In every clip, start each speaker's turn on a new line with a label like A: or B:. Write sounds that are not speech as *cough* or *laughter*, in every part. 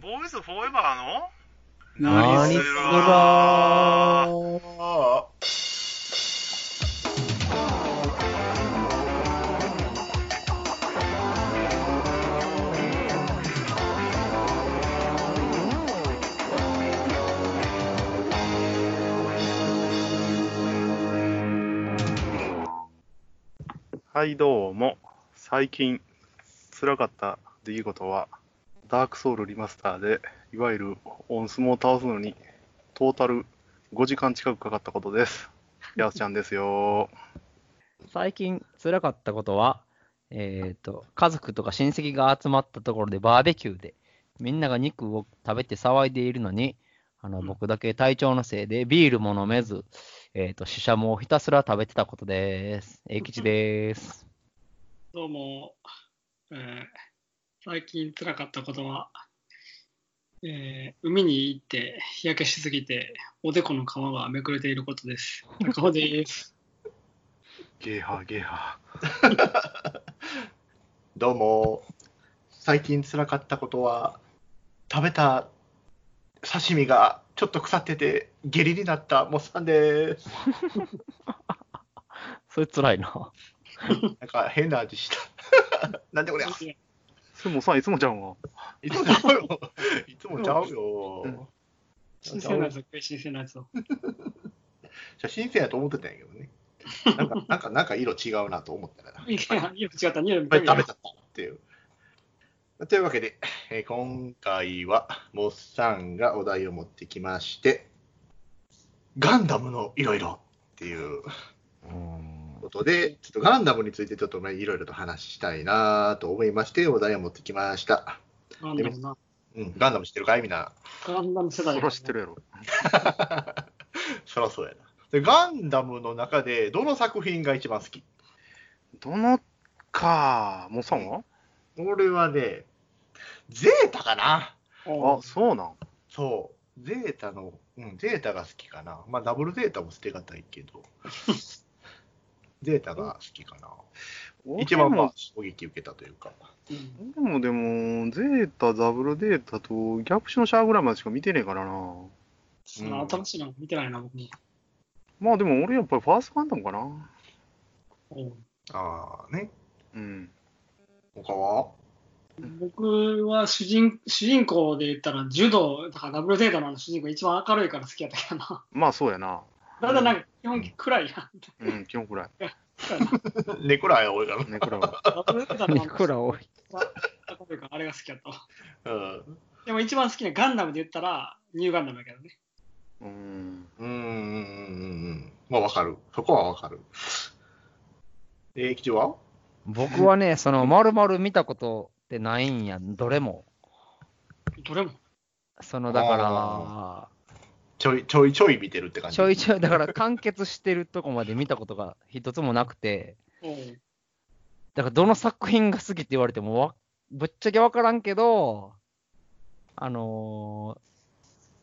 A: ボーイズフォーエバーの
B: 何するば
A: ー
B: ー
A: はい、どうも。最近、辛かった出来事は、ダークソウルリマスターで、いわゆるオンスモを倒すのに、トータル5時間近くかかったことです。やすちゃんですよ。
C: 最近辛かったことは、えっ、と、家族とか親戚が集まったところでバーベキューで、みんなが肉を食べて騒いでいるのに、あの、
A: うん
C: 僕だけ体調のせいでビールも飲めず、えっ、と、シシャモをひたすら食べてたことです。英吉です。
D: どうも、えー最近辛かったことは、えー海に行って日焼けしすぎて、おでこの皮がめくれていることです。高尾です。
A: ゲーハー、ゲーハ
B: どうも。最近辛かったことは、食べた刺身がちょっと腐ってて、下痢になったモッサンです。
C: それ辛いな。
B: なんか変な味した。 *laughs* なんでこれゃ
A: ー。すもさん、いつもちゃんは。
B: いつもちゃうよ。いつもちゃうよ。
D: 新鮮なやつ、新鮮なやつを。
B: じゃ新鮮やと思ってたんやけどね。なんか、なんか、なんか色違うなと思ったらな。
D: いや、色違った、匂い
B: いっぱい
D: 見た
B: 食べちゃったっていう。というわけで、えー今回はモッサンがお題を持ってきまして、ガンダムのいろいろっていうことで、ちょっとガンダムについてちょっとね、いろいろと話したいなと思いまして、お題を持ってきました。
D: ガンダムな。
B: うん、ガンダム知ってるかいみんな。
D: ガンダム世代、
A: そら知ってるやろ。
B: そらそうやな。で、ガンダムの中で、どの作品が一番好き
A: どのか、もうさんは
B: 俺はね、ゼータかな。
D: お
A: あ
D: う。、
A: そうなん。
B: そう、ゼータの、うん、ゼータが好きかな。まあ、ダブルゼータも捨てがたい
C: *laughs*
B: けど、ゼータが好きかな。一番、まあ、衝撃受けたというか。
D: うん
A: でも、でも、ゼータ、ダブルデータと、ギャプシのシャーぐらいまでしか見てねえからな。
D: その新しいの見てないな、僕も。
A: まあでも、俺やっぱりファーストガンダムかな。
D: おう
B: ああ、ね。
A: うん。
B: 他は *laughs*
D: 僕は主人主人公で言ったら、柔道、だからダブルゼータのあの主人公、一番明るいから好きやったけどな。
A: まあ、そうやな。
D: だんだんなんか基本暗いやん。
A: うん、基本くらい。
B: ネクライ多いか
A: ね、くらい *laughs* は。
D: ダブルゼータのあの
C: いくら多い。
D: あれが好きやったわ
B: ら。うん。
D: でも一番好きなガンダムで言ったら、ニューガンダムやけどね。
A: うん。
B: うーん。まあ、わかる。そこはわかる。えー、吉は
C: 僕はね、その、まるまる見たことってないんや、どれも。
D: どれも。
C: その、だから、
B: ちょいちょいちょい見てるって感じ。
C: ちょいちょい、だから完結してるとこまで見たことが一つもなくて、
D: おう
C: だからどの作品が好きって言われてもわぶっちゃけ分からんけど、あのー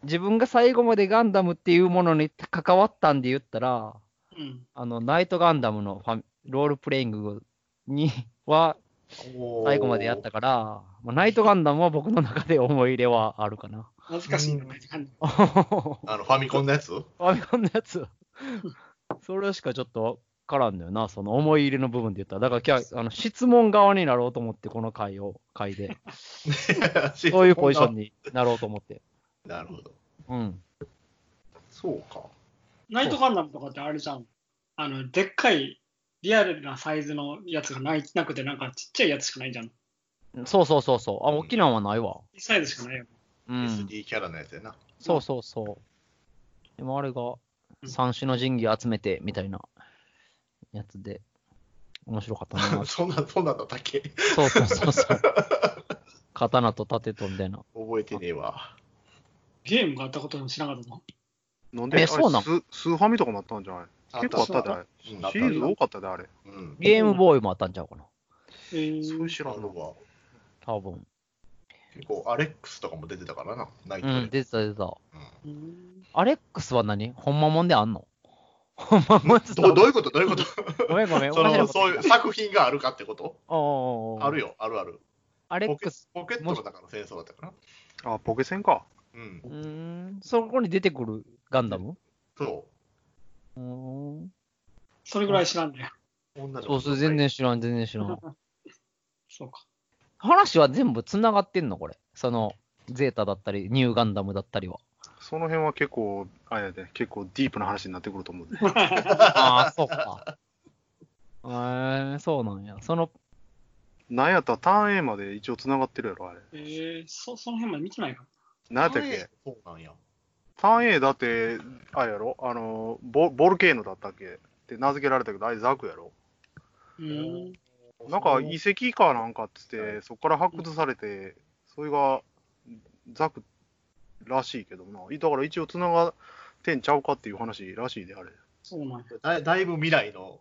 C: 自分が最後までガンダムっていうものに関わったんで言ったら、
D: うん。
C: あの、ナイトガンダムのファミロールプレイングには
B: おー
C: 最後までやったから、まあ、ナイトガンダムは僕の中で思い入れはあるかな。
D: 懐かしいな、ガンダム
C: フ
B: あの、ファミコンのやつ
C: ァミコンのやつ。それしかちょっと分からんのよな、その思い入れの部分で言ったら。だから今日、あの質問側になろうと思って、この回を、回で。そういうポジション
B: ン。
C: になろうと思って。
B: *laughs* なるほど。
C: うん。
B: そうか。
D: ナイトガンダムとかってあれじゃん。あの、でっかい、リアルなサイズのやつがないなくて、なんかちっちゃいやつしかないじゃん。
C: そうそうそうそう。あ、大きなのはないわ。
D: 小さいやつしかないよ。
C: うん。
B: SD キャラのやつやな。
C: そうそうそう。でもあれが、三種の神器集めてみたいなやつで、面白かった *laughs* な。
B: そんな、そんなんだったっけ
C: そうそうそう *laughs* そう。刀と盾とみたいな。
B: 覚えてねえわ。
D: ゲームがあったことも知らなかったの。
A: なんで、
C: え
A: あれ
C: そうなん
A: ススーファミとかもあったんじゃない結構あったで、あれ。
B: うんあった
A: シリーズ多かったで、あれ。
B: うん。
C: ゲームボーイもあったんちゃうかな。
D: えー
A: そういう知
B: あ
A: らん
B: る
A: の。
B: わ。
C: 多分。
B: 結構、アレックスとかも出てたからな、ナイト
C: う
B: で。
C: ん、出てた出てた。
D: うん
C: アレックスは何ほんまもんであんのほんまもんって
B: ど
C: 言
B: う
C: った
B: どう
C: ら
B: いうことどういうこと
C: ごめんごめん。お
B: そ
C: かしな
B: の
C: こと
B: そういう作品があるかってこと
C: あ
B: ある
C: よ。
B: よ、あるある。
C: アレッ
B: ポケ
C: クス。
B: ポケットの中の戦争だったかな。
A: あ、ポケセンか。
B: うん
C: う。ーん。そこに出てくるガンダム
B: そう
C: ーん。
D: それぐらい知らんね。
B: う。女の
C: そ
B: 子
C: うそう、全然知らん、全然知らん。
D: そうか。
C: 話は全部繋がってんのこれ。その、ゼータだったり、ニューガンダムだったり *laughs* は。
A: その辺は結構、あれやで、結構ディープな話になってくると思うで。
C: ああ、そっか。えー、そうなんや。その、
A: なんやったらターン A まで一応繋がってるやろ、あれ。
D: えー、そその辺まで見てないか
A: なんやったっけ
B: そうなんや。
A: ターン A だって、あれやろあのボ、ボルケーノだったっけって名付けられたけど、あれザクやろ
D: うーん。
A: なんか遺跡かなんかっつって、そこから発掘されて、それがザクらしいけどな。だから一応繋がってんちゃうかっていう話らしいで、あれ。
D: そうなんや。
B: だだいぶ未来の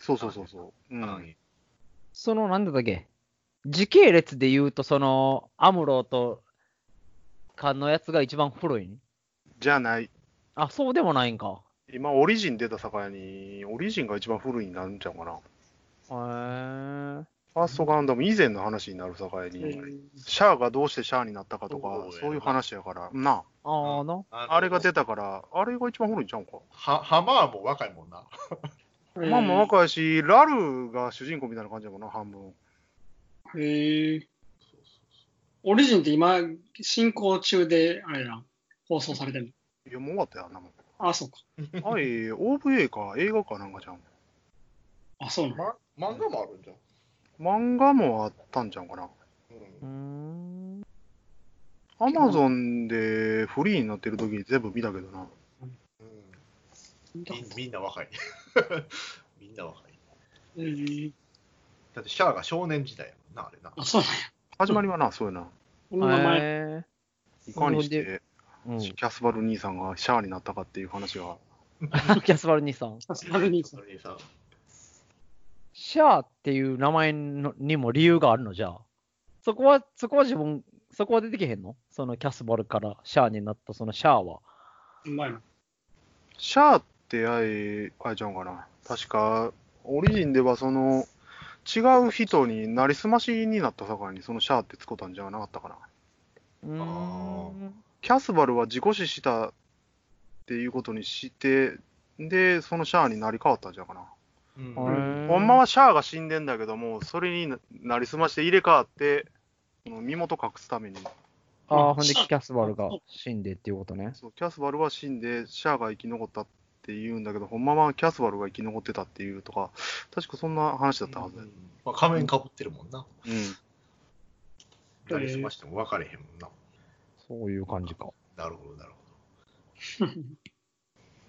A: そうそうそうそう。う
B: ターン
A: ん。
B: へ
C: その、なんだったっけ時系列で言うと、その、アムロと、かのやつが一番古いん
A: じゃない。
C: あ、そうでもないんか。
A: 今、オリジン出た境に、オリジンが一番古いになるんちゃうかな。
C: へえー。
A: ファーストガンダム以前の話になる境
D: え
A: に、
D: ー
A: シャアがどうしてシャアになったかとか
B: そうや、な
A: そういう話やから、な
C: ああな。
B: あ
A: あ、あれが出
B: た。
A: たから、あれが一番古いんちゃうんか。
B: は、ハマーも若いもんな。
A: まあまあ若いし、ラルが主人公みたいな感じやもんな、半分。
D: えー、オリジンって今、進行中で、あれだ、放送されてる
A: いや、もう終わったよ、あんなもん。
D: の。あ、そうか。
A: はい、OVA か映画かなんかじゃん。
D: あ、そうなの。
B: ま、漫画もあるんじゃん。
A: 漫画もあったんじゃんかな。
C: うーん。
A: アマゾンでフリーになってる時に全部見たけどな。
B: うんうん
D: 見たこ
B: み
D: とない
B: みんな若い。 *laughs* みんな若い。
D: えー、
B: だってシャアが少年時代やもんな、あれな。
D: あ、そうなんや。
A: 始まりはな、そういうな。
D: この名前、
C: え
A: いかにして、
C: ーうん、
A: キ
C: *laughs* キ
A: ャスバル兄さんがシャアになったかっていう話は。
C: ャスバル兄さん。
D: さすがに
B: それにさ、
C: シャアっていう名前のにも理由があるのじゃあ。そこは、そこは自分、そこは出てけへんのそのキャスバルからシャアになったそのシャアは。
D: うまいな。
A: シャアってあれ、あれちゃうんかな。確か、オリジンではその、違う人になりすましになった境に、そのシャアってつこたんじゃなかったかな。
C: うーん。
A: キャスバルは自己死したっていうことにして、で、そのシャアになり変わったんじゃないかな。
B: うん
C: へー
A: ほんまはシャアが死んでんだけども、それにななりすまして入れ替わって、その身元隠すために、
C: ああ、ほんでキャスバルが死んでっていうことね。
A: そうキャスバルは死んで、シャアが生き残ったって言うんだけど、ほんまはキャスバルが生き残ってたっていうとか、確かそんな話だったはずだ
B: う
A: よ
B: ん。まあ、仮面かぶってるもんな。
A: うん。
D: うん
B: なりすましても分かれへんもんな。
C: そういう感じか。
B: なるほど、なるほ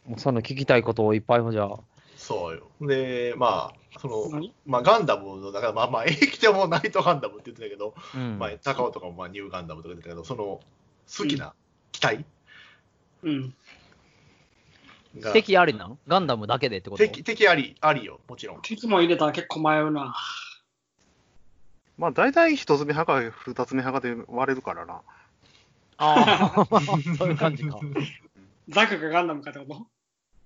C: もうその聞きたいことをいっぱいじゃあ。
B: ど。そうよ。で、まあ、その、
D: 何
B: まあ、ガンダムの中で、まあ、まあ、永久もナイトガンダムって言ってたけど、
C: うん
B: まあ、高尾とかもまあニューガンダムとか言ってたけど、その、好きな機体
D: うん。
B: が、
C: 敵ありなんガンダムだけでってこと
B: 敵、敵あり、ありよ、もちろん。
D: 敵も入れたら結構迷うな。
A: まあ大体一つ目派か二つ目派かで割れるからな。
C: ああ、 *laughs* そういう感
B: *laughs*
C: じか。
D: ザクがガンダムかってこと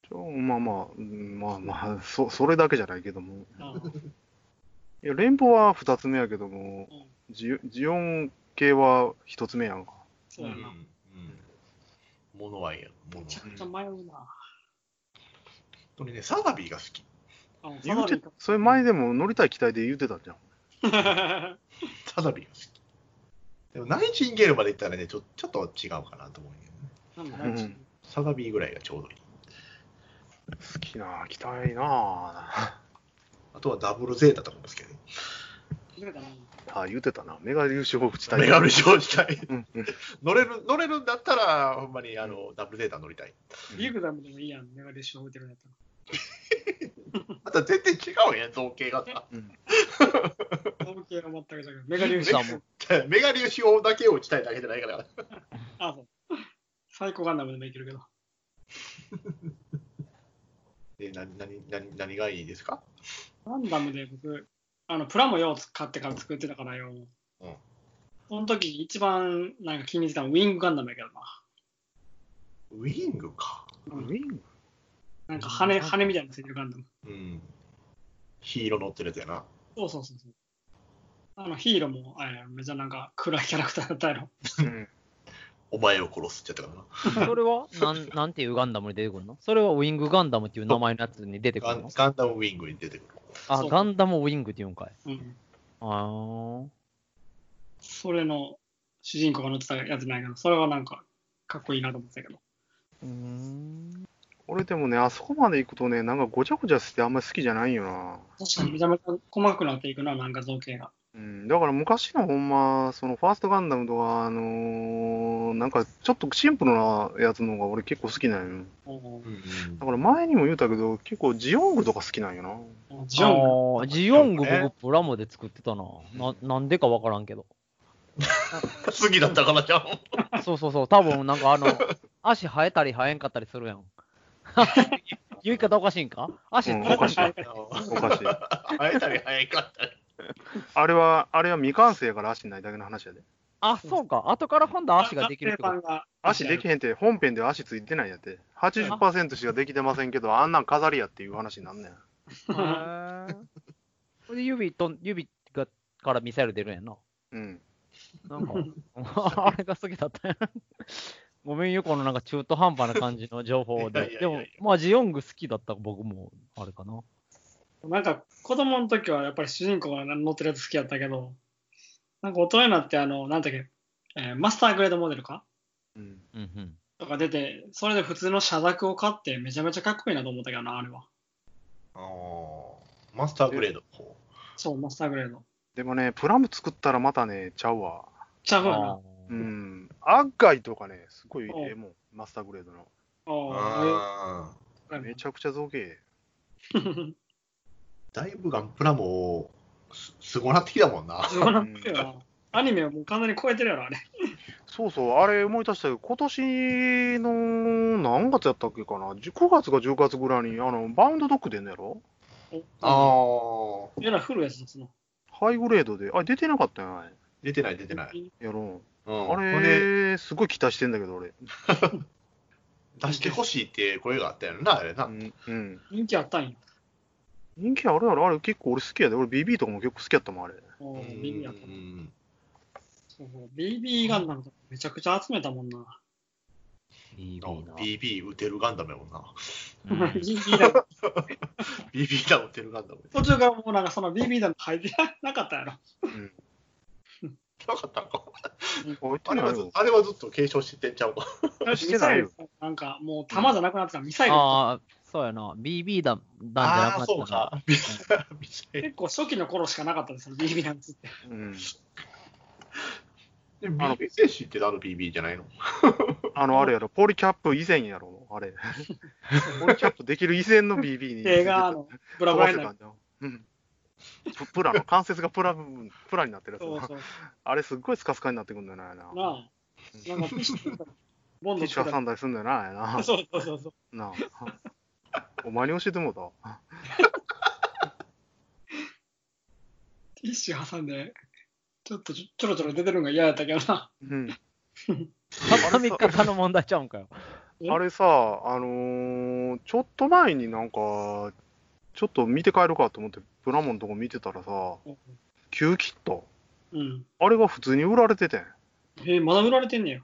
A: ちょまあまあ、うんまあまあ、そそれだけじゃないけども。
D: あー
A: いや、連邦は二つ目やけども
D: うん、
A: ジジオン系は一つ目やんか。
D: そうやな。め
B: ものはええやろ、もの
D: ちゃ
B: は。
D: くちゃ迷うな。
B: 俺ね、サガビーが好き。
D: あの
A: 言うて
D: サ、
A: それ前でも乗りたい機体で言うてたじゃん。
D: ザビ
B: サガビーが好き。でも、ナイチンゲールまで行ったらね、ちょちょっと違うかなと思うんやけどね。
D: *laughs* なんだ大地
A: うん
B: サガビーぐらいがちょうどいい。
A: 好きな機体な
B: あとはダブルゼータとかも好きやね。
D: ずれたな
A: *laughs* ああ、言うてたな。メガ粒子砲地帯。
B: メガル少時代。
A: うんうん
B: 乗れる、乗れるんだったら、ほんまにあの、ダブルゼータ乗りたい。
D: リグダムでもいいやん。メガディッシュ置いてるんやった
B: また全然違うやん、造形が *laughs* さ。
A: うん
D: ら。オーケーは全く違う。メガディッシ
C: さ
D: ュ
C: ん。も。
B: メガ粒子砲だけを打ちたいだけじゃないから。
D: あ、そう。サイコガンダムでもいけるけど。
B: え、な、なに、なに、何がいいですか
D: ガンダムで僕、あのプラモよを買ってから作ってたからよ。
B: うん
D: その時一番なんか気に入ってたのはウィングガンダムやけどな。
B: ウィングか。
D: なんか羽、羽みたいについてるガンダム。
B: うん。ヒーロー乗ってるやつやな。
D: そうそうそうそう。あのヒーローも、あれやろめちゃなんか暗いキャラクターだったやろ。
A: うん
B: お前を殺すってやった
C: *laughs*
B: か
C: それはなん、なんていうガンダムに出てくるのそれはウィングガンダムっていう名前のやつに出てく
B: ら
C: る
B: な。ガ
C: の
B: ンガンダムウィングに出てくる。
C: あ、
D: そう
C: ガンダムウィングっていうんかい。
D: うん。
C: あー
D: それの主人公が乗ってたやつないけど、それはなんかかっこいいなと思ってたけど。
C: うーん。
A: 俺でもね、あそこまで行くとね、なんかごちゃごちゃしてあんまり好きじゃないよな。
D: 確かにめちゃめちゃ細かくなっていくな、なんか造形が。
A: うん、だから昔のほんま、そのファーストガンダムとか、あのーなんかちょっとシンプルなやつの方が俺結構好きなんよ。
D: おー
B: *laughs*
A: だから前にも言うたけど、結構ジオングとか好きなんよな。
D: ジョンが
C: あージオング
B: ジオングね
C: 僕プラモで作ってたな。な、なんでかわからんけど。
B: 好きだったか
A: *laughs*
B: らじゃん。
C: そうそうそう、多分なんかあの、足生えたり生えんかったりするやん。言い方おかしいんか足
A: うんおかしい。
B: 会
A: おかしい。
B: えたり会えんかったり。
A: あれは、あれは未完成やから足ないだけの話やで。
C: あ、そうか。後から今度足ができるってこと。
A: 足できへんって、本編では足ついてないやって。80%しかできてませんけど、あんなん飾りやっていう話になんねん。
D: パンが
C: へーそれで指とん、指がからミサイル出るんやんな。
A: うん。
C: なん
B: *laughs*
C: か、あれが好きだったんやな。ごめんよ、このなんか中途半端な感じの情報
B: いやい
C: で。
B: やい
C: で
B: やいや
C: も、まあ、ジオング好きだった僕も、あれかな。
D: なんか子供の時はやっぱり主人公が乗ってるやつ好きやったけど、なんか大人になって、あの、なんだっけ、えーマスターグレードモデルか
A: うん。
C: うんうん。
D: とか出て、それで普通の社宅を買ってめちゃめちゃかっこいいなと思ったけどな、あれは。
B: あーマスターグレード。
D: そう、マスターグレード。
A: でもね、プラム作ったらまたね、ちゃうわ。
D: ちゃうわな
C: あ。
A: う
C: ー
A: ん。アッガイとかね、すごいええもん。マスターグレードの。
D: あ
B: あー
D: あ、
A: めちゃくちゃ造形ええ。
B: だいぶガンプラもすすごなってきたもんな。
D: そうなんだよな。アニメはもう完全に超えてるやろ、あれ。
A: そうそう、あれ思い出したけど、今年の何月やったっけかな、9月か10月ぐらいに、あの、バウンドドッグ出んのやろ
D: あ。
B: ああ。
D: えらい古いやつですな。
A: ハイグレードで、あれ出てなかったよね、
B: 出てない出てない。
A: やろ
B: うん、
A: あ
B: ほんで
A: れ、すごい期待してんだけど、俺。
B: 出してほしいって声があったやろな、あれな。
A: うん。うん、
D: 人気あったんや。
A: 人気あるやろ、あれ結構俺好きやで、俺 BB とかも結構好きやったもん、あれ。
D: お
B: う
D: ービビやった。
B: ん
D: そうそう。BB ガンダムとかめちゃくちゃ集めたもんな。
C: BB な。
B: BB 撃てるガンダムやもんな。
D: *laughs*
C: うん
D: BB だ
B: BB 弾撃てるガン *laughs* ダム。
D: 途中からもうなんかその BB 弾入ってなかったやろ。
A: うん。
B: なかったんか。
A: 置いて
B: あれ
A: ない
B: はず
A: よ。
B: あれはずっと継承してんちゃ *laughs* うか。
A: してないよ
D: ミサイルなんかもう弾じゃなくなってた、ミサイル。
C: ああ、そうやな。BB 弾弾じゃな
B: あ
C: くな
B: あー、
C: った
B: そう
C: な
B: か。ミサイル
D: 結構初期の頃しかなかったですよ、BB 弾
A: *laughs*
D: つって。
A: うん。
B: で BB 戦士ってあの BB じゃ *laughs* ないの
A: あの、あれやろ、ポリキャップ以前やろ、あ
D: *laughs*
A: れ。ポリキャップできる以前の BB に。
D: 映画のブラブラになる。
A: うん。ププラの関節がプラ部分プラになってる
D: そう
A: やつ
D: そう。
A: あれすっごいスカスカになってくんだよなあれな。
D: なあ。なんかティッシュボン
A: ティ
D: ド
A: ッシュ挟
D: ん
A: んだりすんだよなあれな。
D: そうそうそうそう。
A: なあ。お前に教えてもうた。
D: ティッシュ挟んで、ちょっとちょちょろちょろ出てるのが嫌やったけどな。
A: うん。
C: 畳み方の問題ちゃうんかよ。
A: あれさ、あのーちょっと前になんか、ちょっと見て帰るかと思って、プラモのとこ見てたらさ、旧キット。
D: うん。
A: あれが普通に売られててん。
D: えーまだ売られてんねや。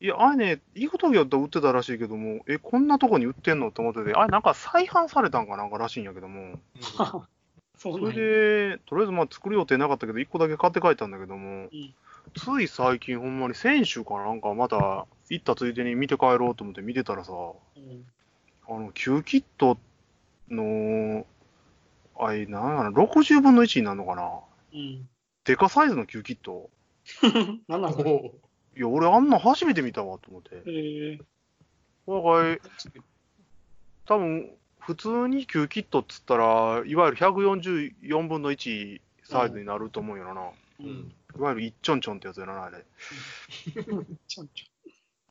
A: いや、あれね、いいことやったら売ってたらしいけども、え、こんなとこに売ってんのと思ってて、あれなんか再販されたんかなんからしいんやけども。
D: そう
A: そ
D: なんや。
A: れで、とりあえずまあ作る予定なかったけど、1個だけ買って帰ったんだけども、
D: ん
A: つい最近、ほんまに先週かなんか、また行ったついでに見て帰ろうと思って見てたらさ、あ
D: うん
A: の、旧キットの、あい、なんやろ、60分の1になるのかな。
D: うん。
A: デカサイズの旧キット。
D: なんなんそれ。
B: お
A: いや、俺あんなん初めて見たわと思って。
D: え
A: 我がい、多分、普通に旧キットっつったら、いわゆる144分の1サイズになると思うよな。
D: ー、
B: う
D: うん。
A: いわゆる一ちょんちょんってやつやな、あれ。
D: ちゃんちゃん。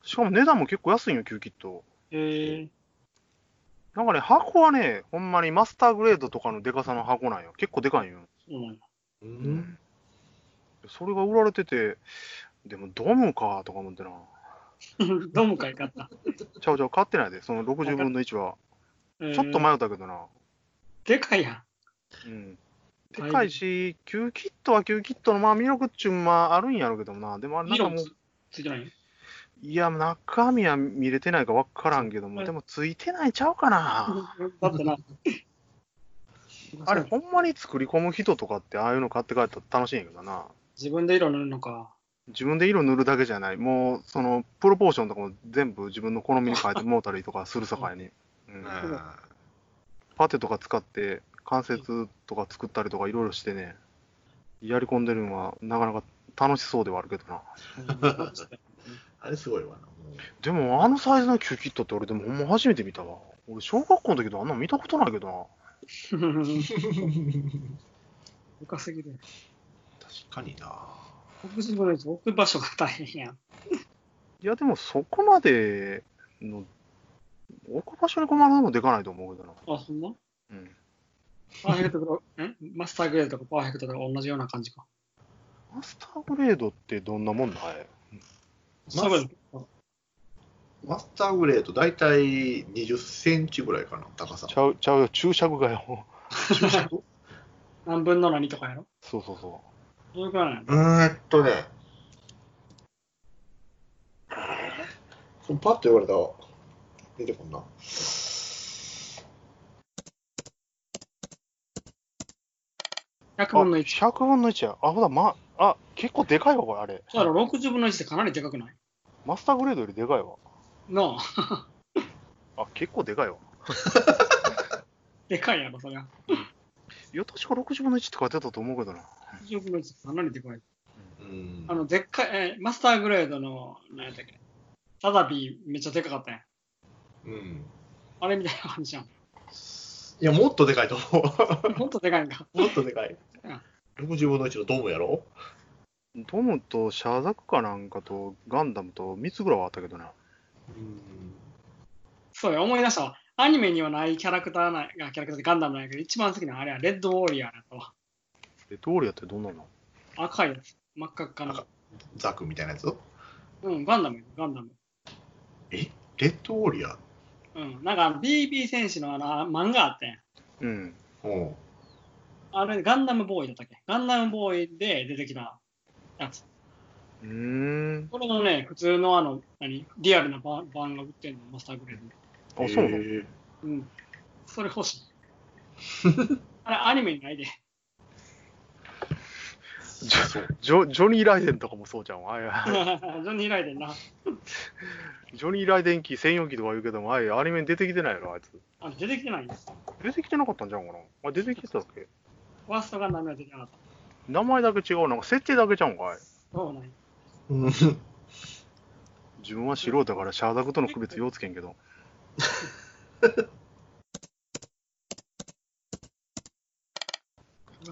A: しかも値段も結構安いんよ、旧キット。
D: え
A: なんかね、箱はね、ほんまにマスターグレードとかのデカさの箱なんよ。結構でかいんよ。
D: ー、そうなんや。
B: うん
A: それが売られてて、でもドムかとか思ってな。
D: *laughs* どうもかいかっ
A: ち
D: た。
A: ゃうちゃう、買ってないで、その60分の1は。
D: ちょ
A: ちょっと
D: 前
A: 迷ったけどな。
D: でかいや
A: う
D: ん。
A: ん。でかいし、旧キットは旧キットの、まあ、魅力っちゅうんはあるんやろうけどな。でもあれ、なんか
D: 色
A: もう
D: つ、ついてない
A: いや、中身は見れてないか分からんけども、でもついてないちゃうかな。
D: だってな。
A: あれ、ほんまに作り込む人とかって、ああいうの買って帰ったら楽しいんやけどな。
D: 自分で色塗るのか。
A: 自分で色塗るだけじゃない。もう、その、プロポーションとかも全部自分の好みに変えてもうたりとかするさかいに。 *laughs* うん
B: あ
A: パテとか使って、関節とか作ったりとかいろいろしてね、やり込んでるのは、なかなか楽しそうではあるけどな。
B: あれすごいわな。
A: でも、あのサイズのキューキットって俺、でもほんま初めて見たわ。俺、小学校の時とあんなの見たことないけどな。
D: 深すぎる。
B: 確かにな。
D: 僕自分のやつ置く場所が大変やん。
A: いや、でもそこまでの、置く場所に困るのもでかないと思うけどな。
D: あ、そんな
A: うん。
D: パーフェクトとか、んマスターグレードとかパーフェクトとか同じような感じか。
A: マスターグレードってどんなもんだい
D: そうだよ
B: マスターグレード、大体20センチぐらいかな、高さ。
A: ちゃう、ちゃうよ、注釈がよ。
B: 注釈
D: 何分の何とかやろ
A: そうそうそ
D: どういうくらいなの
B: うーんとね。これパッと言われたら出てこんな。
A: う。あ、
D: 100分の1。
A: 100分の1や。あ、ほら、ま、あ、結構でかいわ、これ、あれ。
D: そうやろ、60分の1ってかなりでかくない
A: マスターグレードよりでかいわ。
D: なあ、
A: あ、結構でかいわ。
D: でかいやろ、そりゃ。
A: いや、確か60分の1って書いてたと思うけどな。
D: 60分の1ってかなりでかい。
B: うん
D: あの、でっかい、えーマスターグレードの、何やったっけただビーめっちゃでかかったやん。
B: うん。
D: あれみたいな感じじゃん。
B: いや、もっとでかいと思
D: *laughs* ほんとでかいんか。
B: う。もっとでかい
D: うん。
B: 60分の1のドームやろ
A: トムとシャーザクかなんかとガンダムと3つぐらいはあったけどな。
B: うん。
D: そうよ、思い出したわ。アニメにはないキャラクターな、がキャラクターでガンダムなんやけど、一番好きなのはあれはレッドウォーリアーだったわ。
A: え、通りやってどんなの
D: 赤いやつ。真っ赤っかな
B: 赤。ザクみたいなやつ
D: うん、ガンダムよ、ガンダム。
B: えレッドウォリアー
D: うん、なんかあの BB 戦士のあの漫画あったやん。
A: うん。
B: うん。
D: あれ、ガンダムボーイだったっけガンダムボーイで出てきたやつ。
A: うーん。
D: これのね、普通のあの、何リアルな版版が売ってんの、マスターグレードに。
A: あ、そうなの
B: へ
D: うん。それ欲しい。あれ、アニメにないで。 *laughs*
B: ーそう
A: ジョジョニー・ライデンとかもそうじゃん。あい
D: ジ
A: や
D: ョニー・ライデンな。
A: ジョニー・ライデン機専用機とか言うけども、あいアニメに出てきてないやろ、あいつ。
D: あ出てきてないんです。
A: 出てきてなかったんじゃんかな。あ、出てきてたっけ
D: ワーストガンダムは出てなかった。
A: 名前だけ違う。なんか設定だけじゃうんかい。
D: そうなんや
B: うん
A: 自分は素人だからシャーザクとの区別ようつけんけど。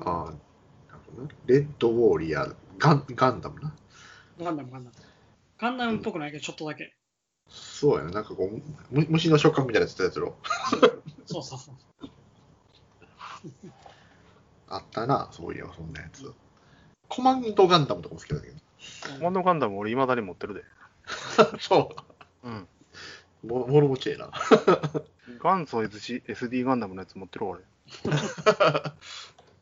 B: ああ、なるほどね。レッドウォーリアー、ガンガンダムな。
D: ガンダム、ガンダム。ガンダムっぽくないけど、ちょっとだけ。
B: そうやな、なんかこう、む虫の触覚みたいなやつやつやろ。
D: そうそうそう。
B: あったな、そういえばそんなやつ。コマンドガンダムとかも好きだけど。 *laughs*
A: コマンドガンダム俺未だに持ってるで。
B: そ
A: うん。
B: う。も物持ちええな。
A: 元祖 SC SD ガンダムのやつ持ってるわ、俺。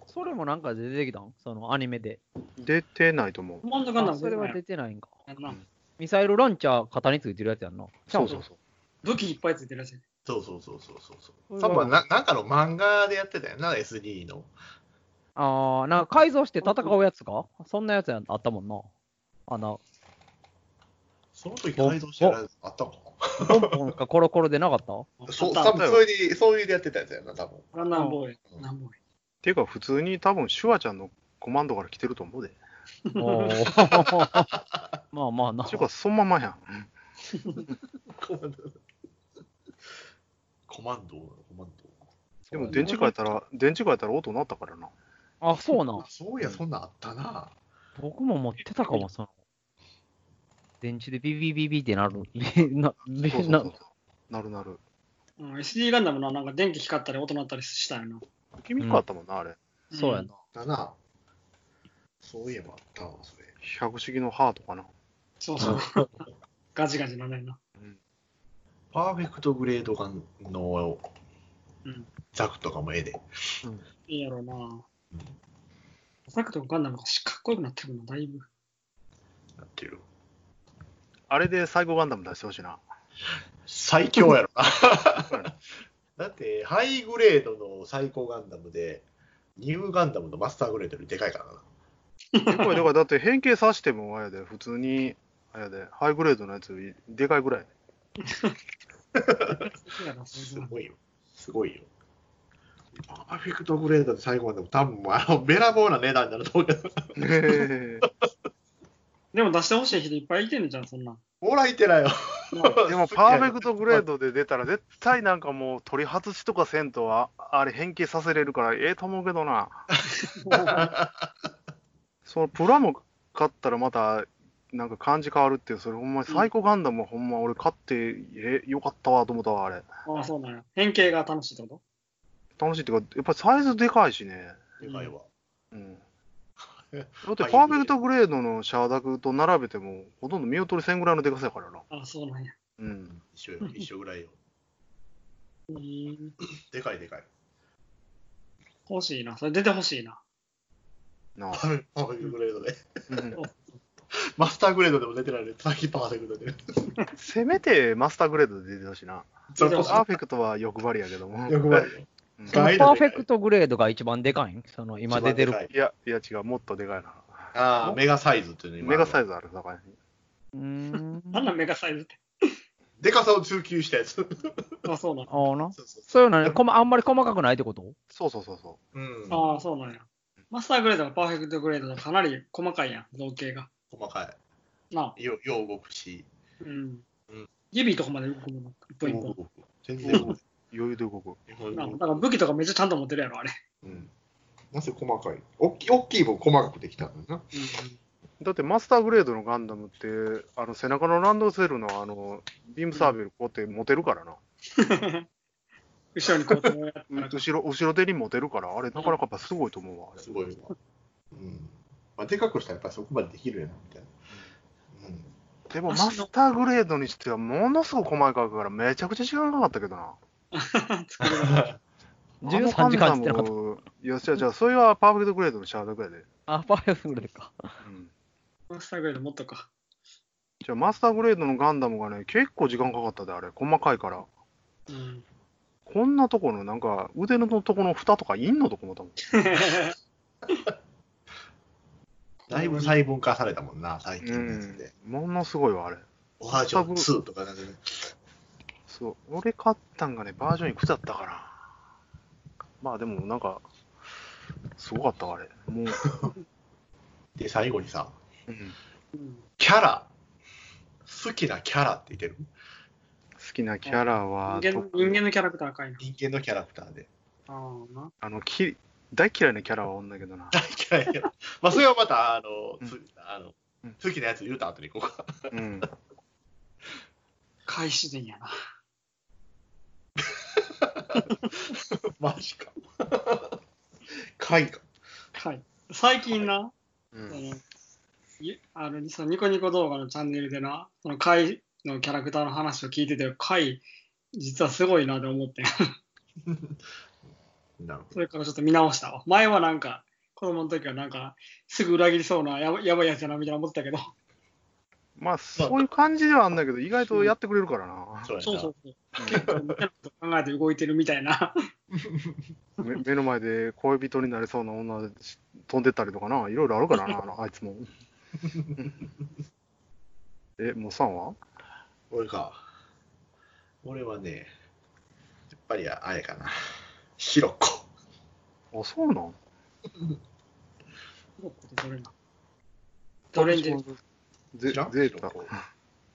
C: それもなんか出てきたんそのアニメで。
A: 出てないと思う
D: コ。マンドガンダ
C: あ
D: ム
C: そ
D: 出
C: れ
D: てな
C: はい出てないんか。
D: やんな
C: ミサイルランチャー型についてるやつやんな。
A: そうそうそう。
D: 武器いっぱいついてるらしい。
B: そうそうそうそうそう
C: こ
B: そ
C: れ
B: う。
C: は
B: 多分な、なんかの漫画でやってたよな、SD の。
C: ああ、なんか改造して戦うやつかそんなやつやんあったもんな。あの、
B: その時改造してるやつあったのか
C: ポンポンかコロコロでなか
D: *laughs*
C: った
B: なそう、
D: あ
B: 多
D: った
B: 分そういう、そういうでやってたやつやな、多分。 *laughs*
D: ガンダムボーイ、
B: う
D: ガ
B: ん
D: ンダムボーイ。
A: ていうか、普通に多分シュワちゃんのコマンドから来てると思うで。
C: おーまあまあな
A: てい。うか、そのままやん。
B: コマンド。コマンド、コマン
A: でも電池変えたら、電池変えたら音鳴ったからな。
C: あ、そうな
B: ド。
C: ん
B: あ、。そういや、そんなんあったな。
C: 僕も持ってたかも、その。電池でビビビビってなる。 *laughs* な、
A: そう
C: ビ
A: そう
C: な
A: そう。なるなる。
D: うん、SD ガンダムのなんか電気光ったり音鳴ったりしたよな。
A: 君かあったもんな、あれ。
C: そうやな。
B: だな。そういえばあったわ、それ。
A: 百式のハートかな。
D: そうそう。ガジガジならないな。
B: パーフェクトグレードガンの
D: うん
B: ザクとかもええで。
D: いいやろうな。サクとガンダムがかっこよくなってるの、だいぶ。
B: なってる。
A: あれで最後ガンダム出してほしい *laughs* な。
B: 最強やろな。だって、ハイグレードの最高ガンダムで、ニューガンダムのマスターグレードよりでかいからな。
A: やっぱりだからだって変形さしてもあれやで、普通に、あれやで、ハイグレードのやつよりでかい *laughs* ぐらい。
D: そうやなそれ
B: す
D: ぐらい
B: ごいよ。すごいよ。パーフェクトグレードで最後までも多分あのべらぼうな値段になると思うけど、
A: で
D: でも出してほしい人いっぱいいてんねんじゃん、そんなん。
B: もらいてないよ。
A: もパーフェクトグレードで出たら絶対なんかもう取り外しとかせんとは、あれ変形させれるからええと思うけどな。そのプラも買ったらまたなんか感じ変わるっていう、それほんまに最高ガンダムはほんま俺買って、え、よかったわと思ったわ、あれ。
D: ああ、そうなんや。変形が楽しいってこ
A: 楽しいっていうか、やっぱりサイズでかいしね。
B: でかいわ。
A: うん。だってパーフェクトグレードのシャーダクと並べても、ほとんど見劣りせんぐらいのでかさやからな。
D: とああ、そうなんや。
A: うん。
B: 一緒よ、一緒ぐらいよ。
D: うーん
B: でかいでかい。
D: 欲しいな。それ出てほしいな。
A: なあ。
B: パーフェクトグレードで。
A: うん
B: マスターグレードでも出てられる。さっきパーフェクトで。
A: せめてマスターグレードで出てほしいな。
B: そう
A: パ
B: そう
A: ーフェクトは欲張りやけども。
B: 欲張りよ
A: うん
C: その
B: ガイドで
C: パーフェクトグレードが一番でかいんその今出て
B: 一番
C: る。
B: でかい
A: いや、いや違う、もっとでかいな。
B: ああ、メガサイズっていうの今
A: メガサイズある、だから。
C: うーん。
D: なんなんメガサイズって。
B: でかさを追求したやつ。
A: *laughs*
B: そう
D: ああ、そうなんや。
C: ああな。
B: そうそ。
C: そういうのね、こまあんまり細かくないってこと
A: そうそうそうそう
B: うん。
D: ああ、そうなんや。マスターグレードがパーフェクトグレードがかなり細かいやん、造形が。
B: 細か
D: なあ。
B: い。よ、よう動くし。
D: うん
B: うん。
D: 指とかまで動くもんな。一本一
B: よう
D: 本。
B: 動く全然動く。
A: う。余裕で動く。
D: なあだから武器とかめっちゃちゃんと持ってるやろ、あれ。
B: うん。なぜ細かいおっき大きい分細かくできたのにな。
A: だってマスターグレードのガンダムって、あの背中のランドセルのあのビームサーベルこうやって持てるからな。
D: 後ろにこうやってやってなんか
A: 後ろ後ろ手に持てるから、あれなかなかやっぱすごいと思うわ。あれ
B: すごいわ。うん。まあ、でかくしたらやっぱりそこまでできるよな、みたいな。うん。
A: でもマ
D: 足の
A: スターグレードにしてはものすごく細かいからめちゃくちゃ時間かかったけどな。
D: 作れる
C: 13時間って言ってなかった。
A: いや、じゃあ、じゃあ、それはパーフェクトグレードのシャーダクやで。
C: あ、パーフェクトグレードか。
A: うん
D: マスターグレードもっとか。
A: じゃあ、マスターグレードのガンダムがね、結構時間かかったで、あれ、細かいから。
D: うん。
A: こんなとこの、なんか、腕のとこの蓋とかいんのとこも多分。
B: だいぶ細分化されたもんな、最近のやつで。
A: ものすごいわ、あれ。
B: オハジョン2とかなんかね。
A: そう。俺買ったんがね、バージョンいくつだったかな。まあ、でも、なんか、すごかったわ、あれ。もう、
B: で、最後にさ、
A: うん
D: うん
B: キャラ。好きなキャラって言ってる
A: 好きなキャラは、
D: 人間
A: 特に
D: 人間のキャラクター赤いな。
B: 人間のキャラクターで。
D: ああな。
A: あの、き大嫌いなキャラはおんだけどな。
B: 大嫌いよ。まあ、それはまた、あの、つあの
A: うん
B: 好きなやつ言うた後に *laughs* 行こうか。
A: うん。
D: 開始でやな。
B: マジか。回か。
D: はい。最近な、
A: う
D: そ
A: ん
D: のいあのそのニコニコ動画のチャンネルでな、その貝のキャラクターの話を聞いてて、貝、実はすごいなって思って、 *laughs*
B: なるほ
D: それからちょっと見直したわ。前はなんか、子供の時はなんか、すぐ裏切りそうなやばやばいやつやなみたいな思ってたけど、
A: まあ、そういう感じではあんだけど、意外とやってくれるからな。
B: ど。
D: そうそうそう。
A: うん
D: 結構、みたいなこと考えて動いてるみたいな。
A: め *laughs* 目の前で恋人になりそうな女し飛んでったりとかな、いろいろあるからな、あ
B: *laughs*
A: のあいつも。 *laughs* え、もうさんは
B: 俺か。俺はね、やっぱりあれかな。ひろこ。
A: あ、そうなん
D: どれなどれに出てくる
A: ゼ
B: 知らん
A: ゼータ
B: ひ。ろこ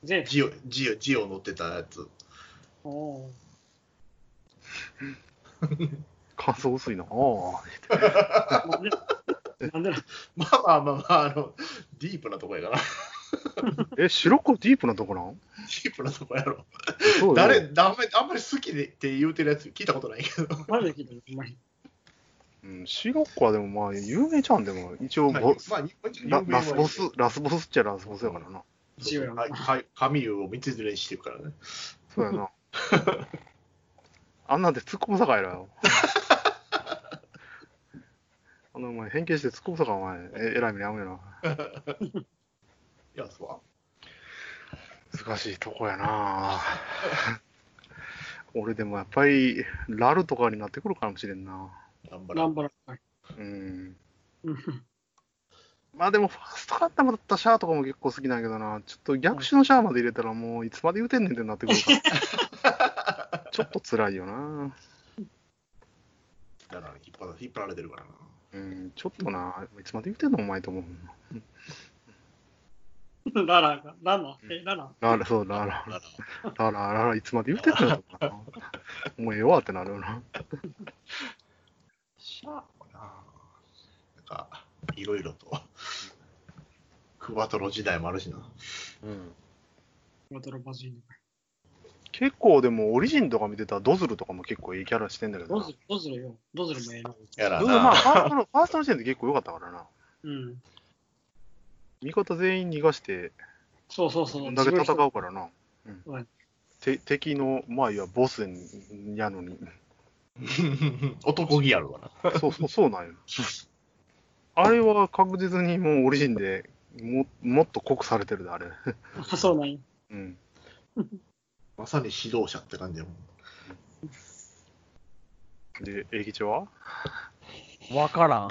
D: ゼータ
B: ジオ、ジオ、ジオ乗ってたやつ。
D: おー
A: 感想薄いな。ああ。
D: なんでなんでなん
B: まあまあまあまあ、あの、ディープなとこやから。 *laughs*
A: え、白子ディープなとこなん
B: ディープなとこやろ。
A: そうよ
B: *laughs* 誰、だめ、あんまり好きでって言うてるやつ聞いたことないけど。
D: マジで聞いたことない
A: うん、白子はでもまあ、有名ちゃうんでも、一応
B: まあ
A: ボ、ス、
B: まあ、日本人
A: ララスボス
B: そう、
A: ラスボスっちゃラスボスやからな。
B: そ
D: ジオや
B: う
D: もん
B: か
D: な
B: か神湯を道連れにしてるからね。
A: そうや *laughs* な。あんなんで突っ込むさかいなよ。あの、お前、変形して突っ込むさか、お前。ええらい目に遭うよ
B: いや、そうは。
A: な。難しいとこやな *laughs* 俺でもやっぱり、ラルとかになってくるかもしれんな。
B: 頑張
D: ラ
B: れ。
D: ンバラはい
A: *laughs* うん。
D: うん
A: まあでも、ファーストカッターもだったらシャアとかも結構好きなんやけどな。ちょっと逆手のシャアまで入れたら、もういつまで言うてんねんってなってくる *laughs* から。ちょっと辛いよな。
B: だから引っ張ら引っ張られてるからな。
A: うん、ちょっとな、いつまで言ってんの、お前と思う。
D: ララが、ラナ、え、ラナ。
A: ララ、そう、ララ、
B: だか
A: ララ、ララ、いつまで言ってんのよとかなもうええわってなるよな。
B: シャープな。なんか、いろいろと。クワトロ時代もあるしな。
D: ロトロバジーニ。
A: 結構でも、オリジンとか見てたら、ドズルとかも結構いいキャラしてんだけどな。
D: どうする、どうするよ。どうするもええの。
B: やら
A: ドズルまあ、
B: な。
A: ファーストの、ファーストの時点で結構良かったからな。
D: うん。
A: 味方全員逃がして、
D: そうそうそう。
A: こんだけ戦うからな。うん
D: はい
A: て敵の、まあ、いや、ボスやのに。
B: 男気あるわな。
A: そうそう、そうなんよ。あれは確実にもうオリジンでももっと濃くされてるで、あれ。
D: あ *laughs* そうなんや。
A: うん。
B: まさに指導者って感じやもん。
A: で、英吉は
C: わからん。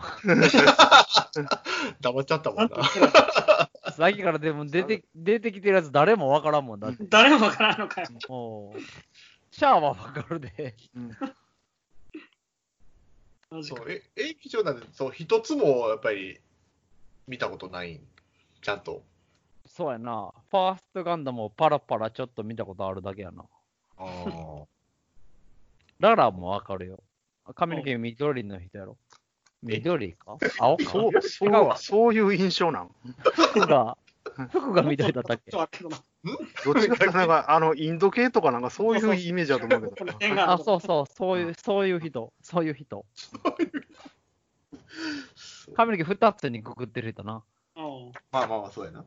B: 黙っちゃったもんな。
C: さっきからでも出て出てきてるやつ誰もわからんもん
A: *laughs*
C: だって。
D: 誰もわからんのかよ。
C: もうシャアはわかるで。
D: マジ
B: そ
D: か
B: う、え、え、貴重なんで、そう、一つもやっぱり見たことない。ちゃんと。
C: そうやな。ファーストガンダムをパラパラちょっと見たことあるだけやな。
B: ああ。
C: ララもわかるよ。髪の毛緑の人やろ。緑か青か
A: そう、そ
C: 違う
A: う
C: わ、
A: そういう印象なん。
C: 服が、服が緑だったっけ *laughs*
D: ちょっとあけどな。
A: どっちかっていうとなん
B: *laughs*
A: か、あの、インド系とかなんかそういうイメージだと思うけど
D: この
A: な。
D: 辺が
C: あ、そうそう、そういう、そういう人、そういう人。髪の毛2つにくくってる人な。
D: うん
B: *laughs* まあまあまあ、そうやな。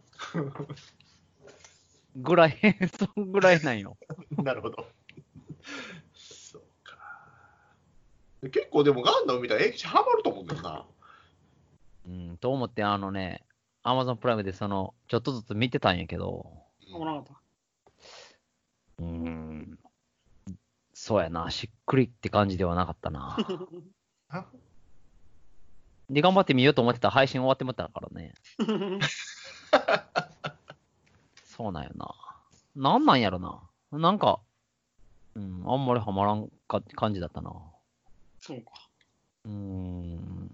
C: ぐらい、そんぐらいなんよ。
B: なるほど。そうか。結構でもガンダムみたいな、え、貴重ハマると思うんだよな。
C: うん、と思って、あのね、アマゾンプライムでその、ちょっとずつ見てたんやけど、
D: あもうなかっ
C: うーん、そうやな、しっくりって感じではなかったな。で、頑張ってみようと思ってたら配信終わってもったからね。
D: た。 *laughs*
C: そうなんやな。なんなんやろな。なんか、うん、あんまりハマらんか感じだったな。
D: そうか。
C: うーん。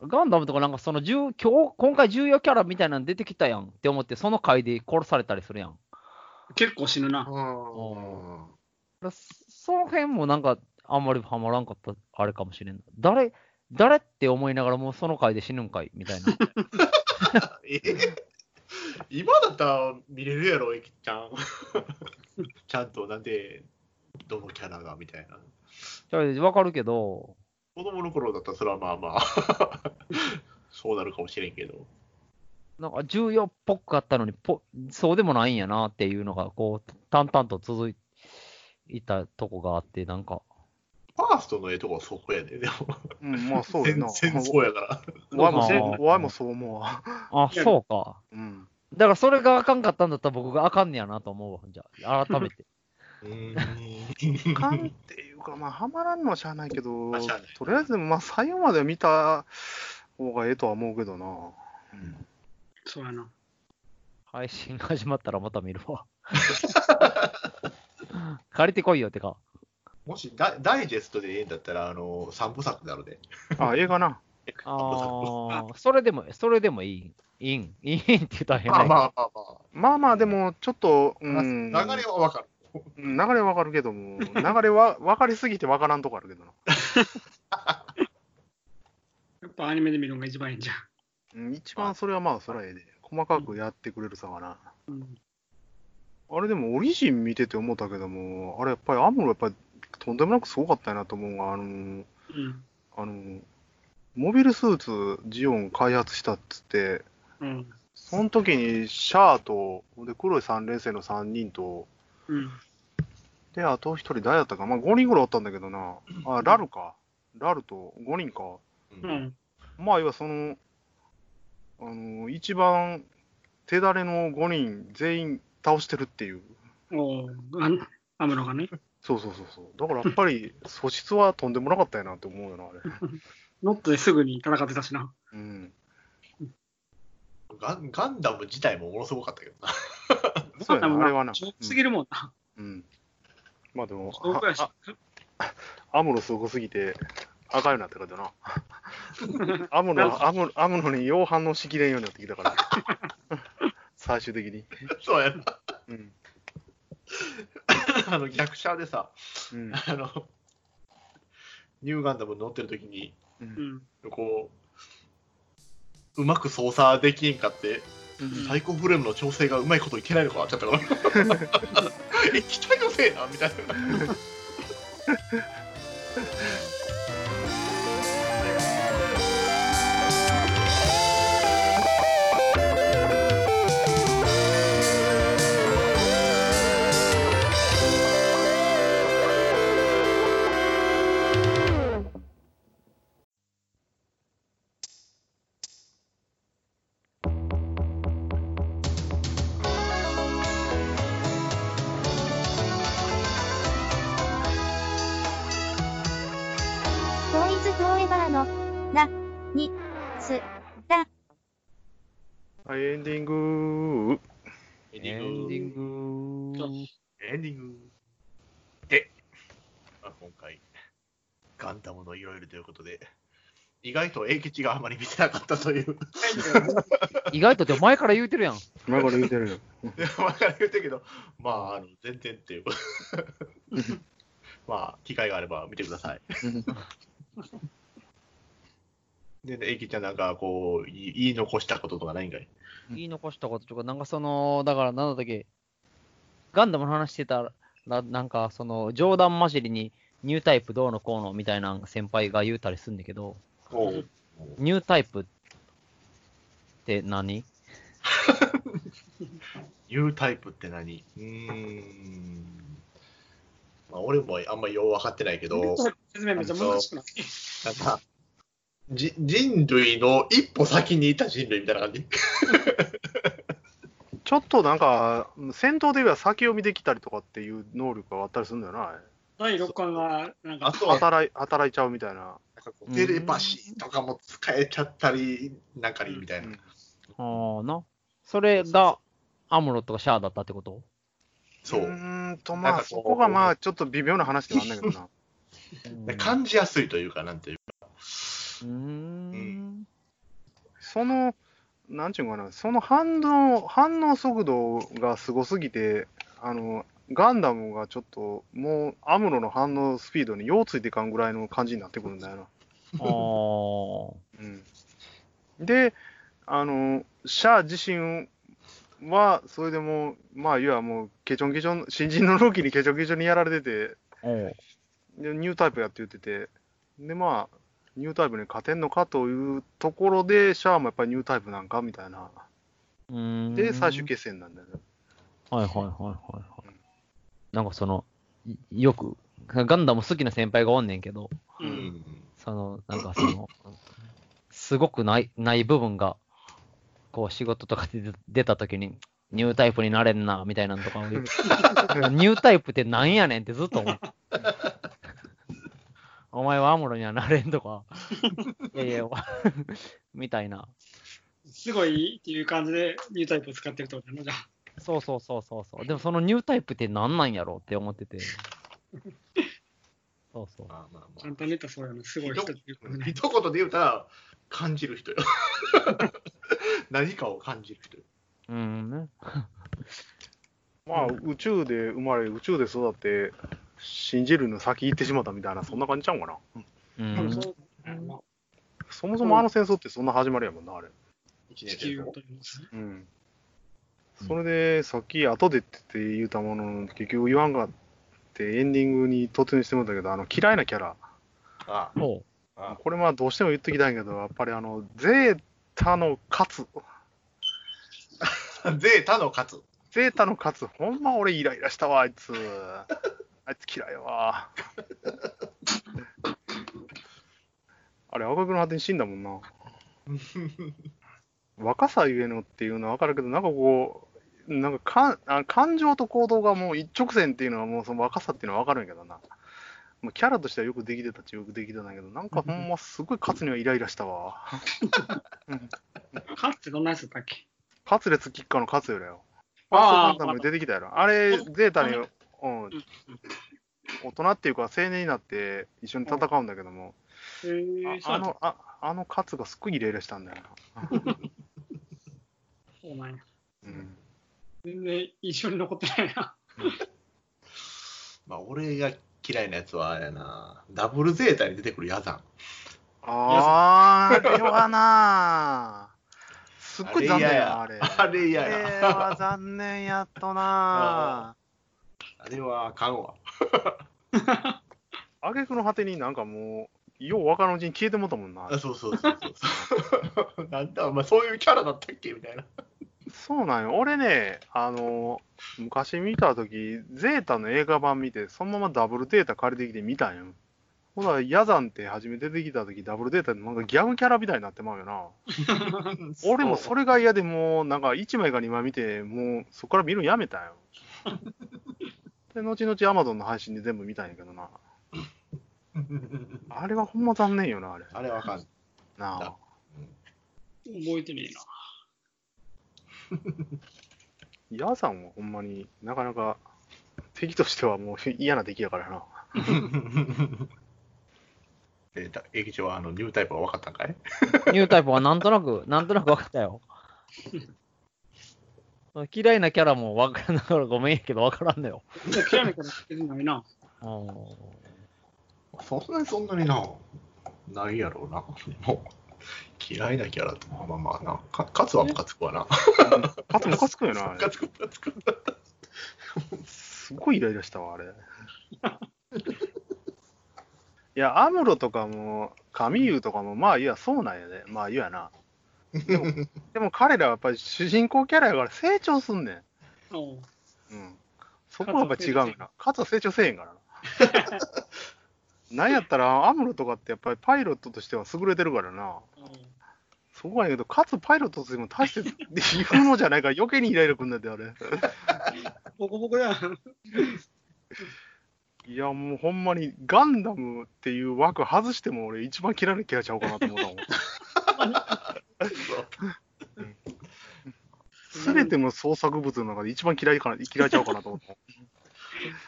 C: ガンダムとかなんかその10、今日、今回重要キャラみたいなの出てきたやんって思って、その回で殺されたりするやん。
D: 結構死ぬな。
B: うん。
C: だそその辺もなんか、あんまりハマらんかった、あれかもしれん。誰、誰って思いながらもうその回で死ぬんかいみたいな。
B: え今だったら見れるやろ、えきちゃん。 *laughs* ちゃんと、なんで、どのキャラがみたいな。
C: ちょいわかるけど、
B: 子供の頃だったら、それはまあまあ、 *laughs* そうなるかもしれんけど。
C: なんか重要っぽくあったのにぽ、そうでもないんやなっていうのが、こう、淡々と続いたとこがあって、なんか、
B: ファーストのええとこはそこやね。でも、
A: うん、まあそうや
B: 全
A: な。
B: 然そうやから。
A: わいも
C: まあ
A: そう、わいもそう思うわ。
C: あ、そうか。
A: うん。
C: だからそれがあかんかったんだったら僕があかんねやなと思うわ、じゃあ、改めて。
B: うん
A: かんっていうか、まあ、はまらんのはしゃあないけど、
B: まあしゃあない
A: とりあえず、まあ、最後まで見た方がええとは思うけど
B: *laughs*
A: な。
D: そうやな。
C: 配信始まったらまた見るわ。 *laughs* 借りてこいよってか。
B: *laughs* もしダダイジェストでええんだったら、あの、三部作なので。
A: あ、映画な。
C: ああ、それでも、それでもいい。いいん、 *laughs* いいんって言ったら変
B: ま
C: だ
B: あ
C: けど
B: まあまあま
A: まあまあ、でも、ちょっと、う
B: あ、
A: ん、
B: 流れはわかる。
A: うん流れはわかるけど
B: *laughs*
A: も、流れは分かりすぎて分からんとこあるけどな。
D: やっぱアニメで見るのが一番いいんじゃ
A: うん一番それはまあ、それはええで。細かくやってくれるさがな。
D: ん。うん。
A: あれでも、オリジン見てて思ったけども、あれやっぱり、アムロやっぱり、とんでもなくすごかったなと思うが、あのー
D: うん。
A: あのーモビルスーツ、ジオン開発したっつって、
D: うん。
A: その時にシャアと、で黒い三連星の3人と、
D: うん。
A: で、あと1人誰だったか、まあ5人ぐらいおったんだけどな、あ、ラルか、ラルと5人か、
B: う
D: うん。
A: まあ、要はその、あの、一番手だれの5人全員倒してるっていう。
D: おお、あんアムロがね。
A: そうそうそうそう。だからやっぱ *laughs* り素質はとんでもなかったやなって思うよな、あれ。
D: ノットですぐに戦ってたしな。
A: うん。
B: ガンガンダム自体もものすごかったけどな。 *laughs*
A: そうや
D: でも
A: な、あれはな。
D: 強すぎるもんな。
A: うん。まあでも、
D: 強くやし
A: ああアムロすごすぎて、赤いようになったからな。 *laughs* アムロ、アムロ、アムロによう反応しきれんようになってきたから。 *laughs* 最終的に。
B: そうやな。
A: うん。
B: あの逆車でさ、
A: うん。
B: あの、ニューガンダム乗ってる時に、
A: う。
D: うんん。
B: こう、うまく操作できんかって、
A: うん
B: サイコフレームの調整がうまいこといけないのかなっちゃったから。 *laughs* え、機体のせいなみたいな。
E: ボーイズフォーエバーの、な、に、す、
A: はい、エンディング
B: エ
C: エンディ
B: グ。
C: ング。
B: エンディング。で、まあ、今回、ガンダムのいろいろということで、意外と英吉があまり見せなかったという。
C: 意外とって前から言うてるやん。
A: 今から言うてるよ。
B: い *laughs* や前から言ってるけど、まあ、あの全然っていう。 *laughs* まあ、機会があれば見てください。で、ね、エイキちゃんなんか、こう、言い言い残したこととかないんかい
C: 言い残したこととか、なんかその、だからなんだっけ、ガンダムの話してたら、なんかその、冗談交じりに、ニュータイプどうのこうのみたいな先輩が言うたりすんだけど、
B: お
D: う
C: ニュータイプって何
B: ニュータイプって何うーん。まあ、俺もあんまよう分かってないけど、
D: 説明めっちゃ難しくない。
B: なんか、じ人類の一歩先にいた人類みたいな感じ
A: ちょっとなんか、戦闘では先を見てきたりとかっていう能力があったりするんだよな、あれ
D: 第6巻が、なん
B: あ
D: か、
B: とは、
A: 働い働いちゃうみたいな。
B: なんかこうテレパシーとかも使えちゃったり、なんかにみたいな。
C: ああな。それが、アムロとかシャアだったってこと
B: そうう。
A: ーんと、
B: な
A: ま
B: ん
A: あ、
B: かこう
A: そこがまあ、ちょっと微妙な話ではあんだけどな。
B: で感じやすいというか、なんていう
C: うーん。
A: その、なんちゅうのかな、その反応、反応速度がすごすぎて、あの、ガンダムがちょっと、もう、アムロの反応スピードにようついてかんぐらいの感じになってくるんだよな。
C: ああ。
A: うん。で、あの、シャア自身は、それでもう、まあ、いわもう、ケチョンケチョン、新人のロキにケチョンケチョンにやられてて、
C: おう
A: でニュータイプやって言ってて、で、まあ、ニュータイプに勝てんのかというところで、シャアもやっぱりニュータイプなんかみたいな。
C: うーん
A: で、最終決戦なんだよね。
C: はいはいはいはいはい。なんかその、いよく、ガンダム好きな先輩がおんねんけど、
D: う。
B: うんん
C: その、なんかその、 *clears throat* すごくない、ない部分が、こう仕事とかで出出た時に、ニュータイプになれんな、みたいなのと
A: *laughs*
C: かを言うニュータイプってなんやねんってずっと思う。お前はアムロにはなれんと
A: *laughs*
C: か、いやいや、みたいな。
D: すごいっていう感じで、ニュータイプを使ってるってことだな、じゃあ。
C: そうそうそうそうそう。でもそのニュータイプってなんなんやろうって思って *laughs* て。そうそう。
B: まあまあま
D: 簡単に言ったらそうやね。すごい人っていうこと
B: あ。
D: ね。
B: 一言で言うたら、感じる人よ。 *laughs* 何かを感じる人よ。
C: うんね。
A: まあ、宇宙で生まれ、宇宙で育って、信じるの先行ってしまったみたいな、そんな感じちゃうんかな。
C: う
D: 多分
C: ん。
D: そうだな
A: そもそもあの戦争ってそんな始まりやもんな、あれ。
D: 地
B: 一年生
D: 球
B: の
D: を取ります。
A: うん。それで、さっき後でって言うたものの、結局言わんがってエンディングに突入してもらったけど、あの、嫌いなキャラ。
B: あ
C: そ
B: あ
A: これまあどうしても言っときたいけど、やっぱりあの、ゼータの勝つ。
B: あ。ゼータの勝つ。
A: ゼータの勝つ。ほんま俺イライラしたわ、あいつ。 *laughs* あいつ嫌いやわ。あれ、青学の果てに死んだもんな。若さゆえのっていうのは分かるけど、なんかこう、なんかかんあ感情と行動がもう一直線っていうのは、もうその若さっていうのは分かるんやけどな。まあ、キャラとしてはよくできてたっちゃよくできてないけど、なんかほんますごい勝つにはイライラしたわ。
D: カッツどんなやつだったっけ
A: カツレツキッカーのカツよだよ。
D: あ
A: あ
D: ー
A: あ、出てきたやろ。あれ、ゼータに、
D: う
A: うん、大人っていうか青年になって一緒に戦うんだけども、
D: えー、
A: ああの、ああのカツがすっごいイライラしたんだよな。
D: そうなんや
A: うん
D: 全然印象に残ってないな。
B: まあ、俺が嫌いなやつはあれやな、ダブルゼータに出てくるヤザン。
A: あー、あれはなー、すっごい残念やな、あ
B: あ
A: れ。
B: あれ嫌や
A: あれは残念やったな
B: あれはあかんわ。
A: ー。挙句の果てになんかもう、よう分からんうちに消えてもうたもんな
B: あ。そうそうそうそう *laughs* そう。なんだ、お前そういうキャラだったっけみたいな。
A: そうなんよ。俺ね、あの、昔見たとき、ゼータの映画版見て、そのままダブルデータ借りてきて見たんよ。ほら、ヤザンって初め出てきたとき、ダブルデータってなんかギャグキャラみたいになってまうよ *laughs* な。俺もそれが嫌でもう、なんか1枚か2枚見て、もうそこから見るのやめたん *laughs* よ。で、後々アマゾンの配信で全部見たんやけどな。あれはほんま残念よな、あれ。
B: あれはあかん。
A: なあ。
D: 覚えてねえな。
A: ヤザンはほんまになかなか敵としてはもう嫌な敵やからな。
B: えーた駅長はあのニュータイプが分かったんかい
C: ニュータイプはなんとなく、なんとなく分かったよ。嫌いなキャラも分からんだからごめんやけど分からんのよ。
D: じゃあ、嫌いなから出てないな。
C: うん
B: そんなにそんなにな、ないやろうな。もう嫌いなキャラと、まあまあまあな、か勝つはムカつくわな。
A: あとムカつく *laughs* よな、あ
B: ム
A: れ
B: カ。つく、ムカつく。
A: すごいイライラしたわ、あれ。い *laughs* や、アムロとかも、カミーユとかも、まあ、いや、そうなんやで、まあ、いやな。でも、 *laughs* でも彼らはやっぱり主人公キャラやから成長すんねん。
D: おう
A: うん。そこはやっぱ違うな。カツは成長せえへんからな。なんやったら、アムロとかってやっぱりパイロットとしては優れてるからな。
D: おう
A: そこはやけど、かつパイロットとしても大して *laughs* 言うのじゃないから余計にイライラくんだって、あれ。
D: ボコボコやん。
A: いや、もうほんまにガンダムっていう枠外しても俺一番嫌いなキャラちゃうかなと思ったもん。 *laughs* すべての創作物の中で一番嫌いかな、嫌いちゃうかなと思っ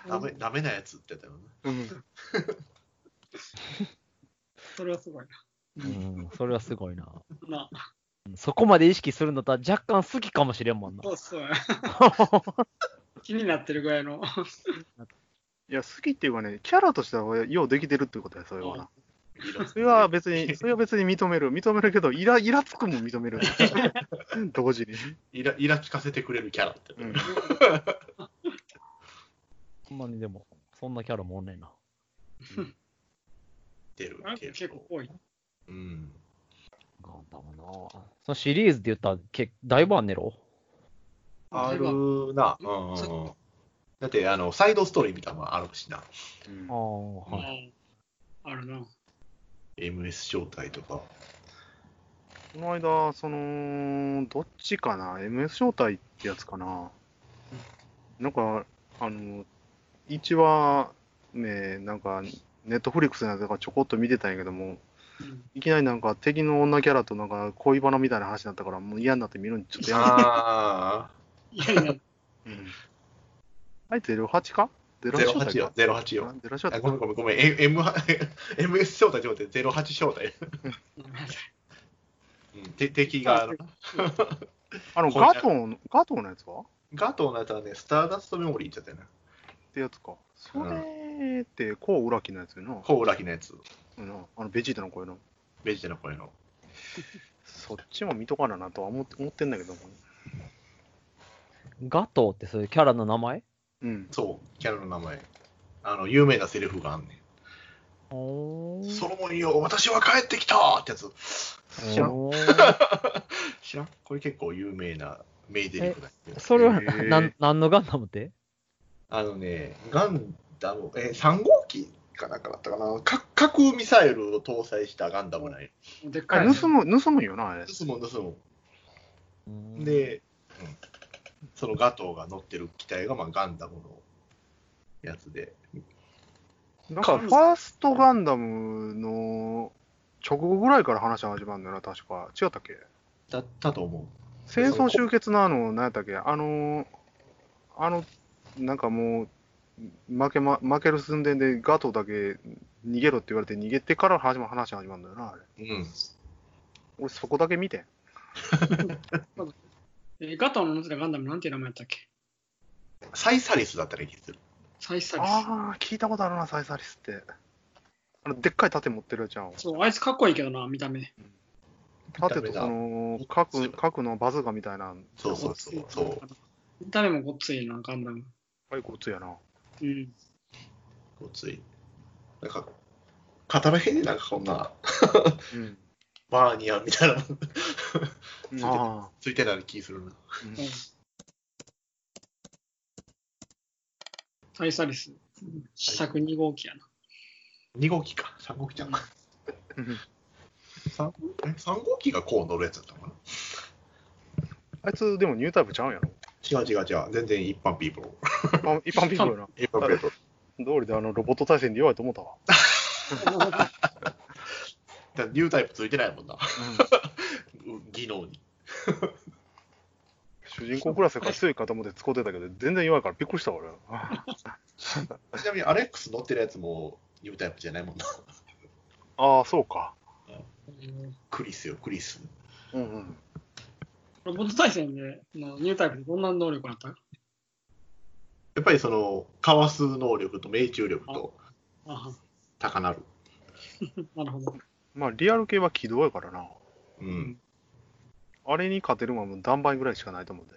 A: たも
B: ダメダメなやつって言ったよな。
A: ん。うん。
D: それはすごい
C: うん、それはすごいな。
D: な。なあ、
C: そこまで意識するんだったら若干好きかもしれんもんな。
D: そうそうや。気になってるぐらいの。
A: いや、好きっていうかね、キャラとしては俺ようできてるってことや、それはな。それ
B: 色々
A: は別に、それは別に認める。認めるけど、イラ、イラつくも認め *laughs* る。同時に。
B: イライラつかせてくれるキャラって言ったよな。
C: そんなにでも、そんなキャラもおんねんな。
B: 出る
D: なんか
B: 結
D: 結構
B: 構。
D: 多い。
B: うん。
C: ガンダムな。そのシリーズで言ったらけだいぶあんねろ
B: あるな。うんうんうん。だって、あの、サイドストーリーみたいなのもあるしな。
C: ああ、はい。
D: あるな。
B: MS 状態とか。
A: この間、その、どっちかな、MS 招待ってやつかな。なんか、あの、1話、ね、なんか、ネットフリックスのやつとかちょこっと見てたんやけども、
D: うん
A: いきなりなんか敵の女キャラとなんか恋バナみたいな話になったから、もう嫌になって見るんちょっとやめた。
B: *laughs* あ
D: いやいや、
A: うんあれ、08か
B: あ、08よ、08よ。
A: ゼロ招
B: あ
A: 待
B: ごめんごめんごめん、え M、MS 招待じゃなくて08招待。うん、て敵があの、
A: あの、ガトーの、ガトーのやつはっ
B: ガトーのやつはね、スターダストメモリーって言ってたよね。
A: てやつか。それって、こう、裏木のやつよな。
B: コウラヒのやつ、
A: うんなあの、ベジータの声の。
B: ベジータの声の。
A: そっちも見とかななとは思って思ってんだけども。
C: ガトーってそういうキャラの名前
A: うん。
B: そう、キャラの名前。あの、有名なセリフがあんね
C: お
B: ん。
C: ー
B: ソロモンよ、私は帰ってきたってやつ。知らん。
C: おー
B: 知らんこれ結構有名な名セリフだよね
C: *laughs* それは
A: へー
C: な、なんのガンダムって
B: あのね、ガンダム、えー、3号機かなんかだったかな。か核ミサイルを搭載したガンダムなんよ。
D: でっか
A: あ
D: い、
A: れ盗む、盗むよな、あれ。
B: 盗むん盗む
C: うん
B: ん。で、うんそのガトーが乗ってる機体がまあガンダムのやつで。
A: なんか、ファーストガンダムの直後ぐらいから話が始まるんだよな、確か。違ったっけ
B: だったと思う。
A: 戦争終結のあの、何やったっけあの、あの、なんかもう、負けま、負ける寸前でガトーだけ逃げろって言われて逃げてから始ま話が始まるんだよな、あれ。
B: うん。
A: 俺そこだけ見てん。
D: えーガトーの乗ってたガンダムなんていう名前やったっけ
B: サイサリスだったら気する。
D: サイサリ
A: ああ、聞いたことあるな、サイサリスって。あの、でっかい盾持ってるやつやん。
D: ス。そう、あいつかっこいいけどな、見た目。
A: 盾とその、核、核のバズーカみたいな、
B: そうそうそう。そう。
D: 見た目もごっついな、ガンダム。
A: あいこつやな。
D: うん。
B: ごつい。なんか、語らへんねなんかこんな、
A: うん。
B: バーニアみたいなの *laughs* てた
A: ああ。
B: ついてたら気するな。
A: うん
D: うんサイサリス。試作2号機やな。
B: 2号機か。3号機じゃん。
A: うん
B: 3, え3号機がこう乗るやつだったのかな
A: あいつ、でもニュータイプちゃ *laughs* うんやろ。
B: 違う違う違う。全然一般ピープル。
A: 一般一般ピープルやな。
B: 一般ピープル。
A: 道理であのロボット対戦で弱いと思ったわ。
B: だニュータイプついてないもんな。う技能に。
A: 主人公クラスやから強いかと思って使ってたけど、全然弱いからびっくりしたわ俺。あ
B: ちなみにアレックス乗ってるやつもニュータイプじゃないもんな。
A: あ、そうか。
D: うん
B: クリスよ、クリス。
A: うんうん。
D: ロボット対戦で、のニュータイプでどんな能力あった
B: やっぱりその、かわす能力と命中力と
D: あ
B: 高なる。
D: なるほど。
A: まあ、リアル系は軌道やからな。
B: うん。
A: あれに勝てるのはもう断倍ぐらいしかないと思うんで。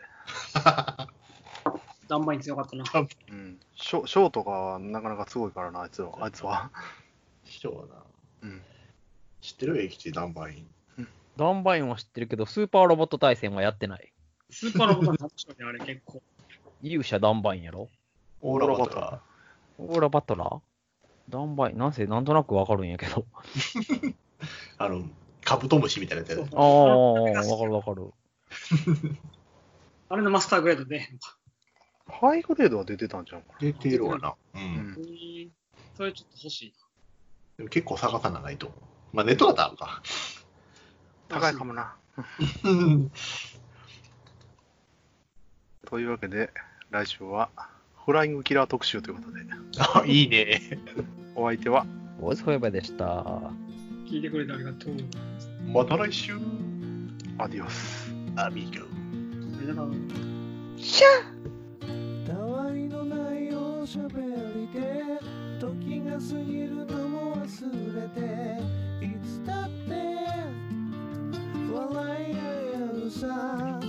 D: ダンバイン強かったな。
A: うん。ショショートがなかなかすごいからな、あいつは。あいつは。
B: 師匠はな。
A: うん。
B: 知ってるよ、駅地ダンバイン。
C: ダンバインは知ってるけど、スーパーロボット対戦はやってない。
D: スーパーロボットの話であれ結
A: *laughs*
D: 構。
C: 勇者ダンバインやろ
B: オーラバトラー。
C: オーラバトラーダンバイン、なんせなんとなくわかるんやけど。
B: あの、カブトムシみたいなやつやね
C: ああ、 *laughs* わかるわかる。
D: あれのマスターグレードで。
A: ハイグレードは出てたんちゃうか
B: 出てるわな。う。
A: な。うん。
D: うんんそれちょっと欲しい
B: でも結構探さないと。まあ、ネットだったらあるか。
D: な。
A: 高いかもな。というわけで、来週は、フライングキラー特集ということで、
B: *laughs* あ、いいね。
A: お相手は、
C: ボイスフォーエバーでした。
D: 聞いてくれてありがとう。
B: *laughs* また来週。
A: アディオス。
B: アミーゴ。
D: ありがとう。
F: たわいのないおしゃべりで時が過ぎるのも忘れていつだって笑い合えるさ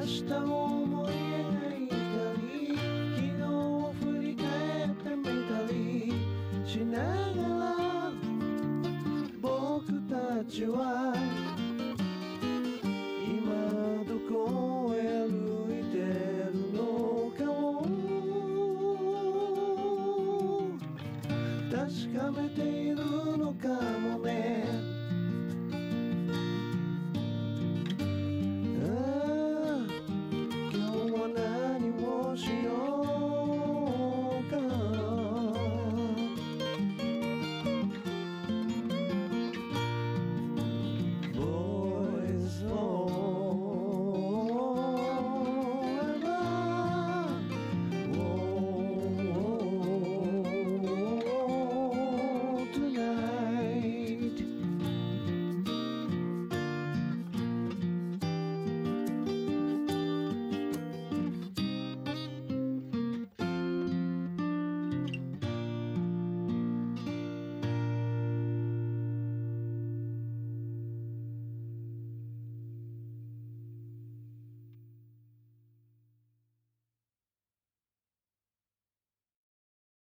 F: 明日を思い描いたり昨日を振り返ってみたりしながら僕たちは今どこへ歩いてるのかを確かめているのか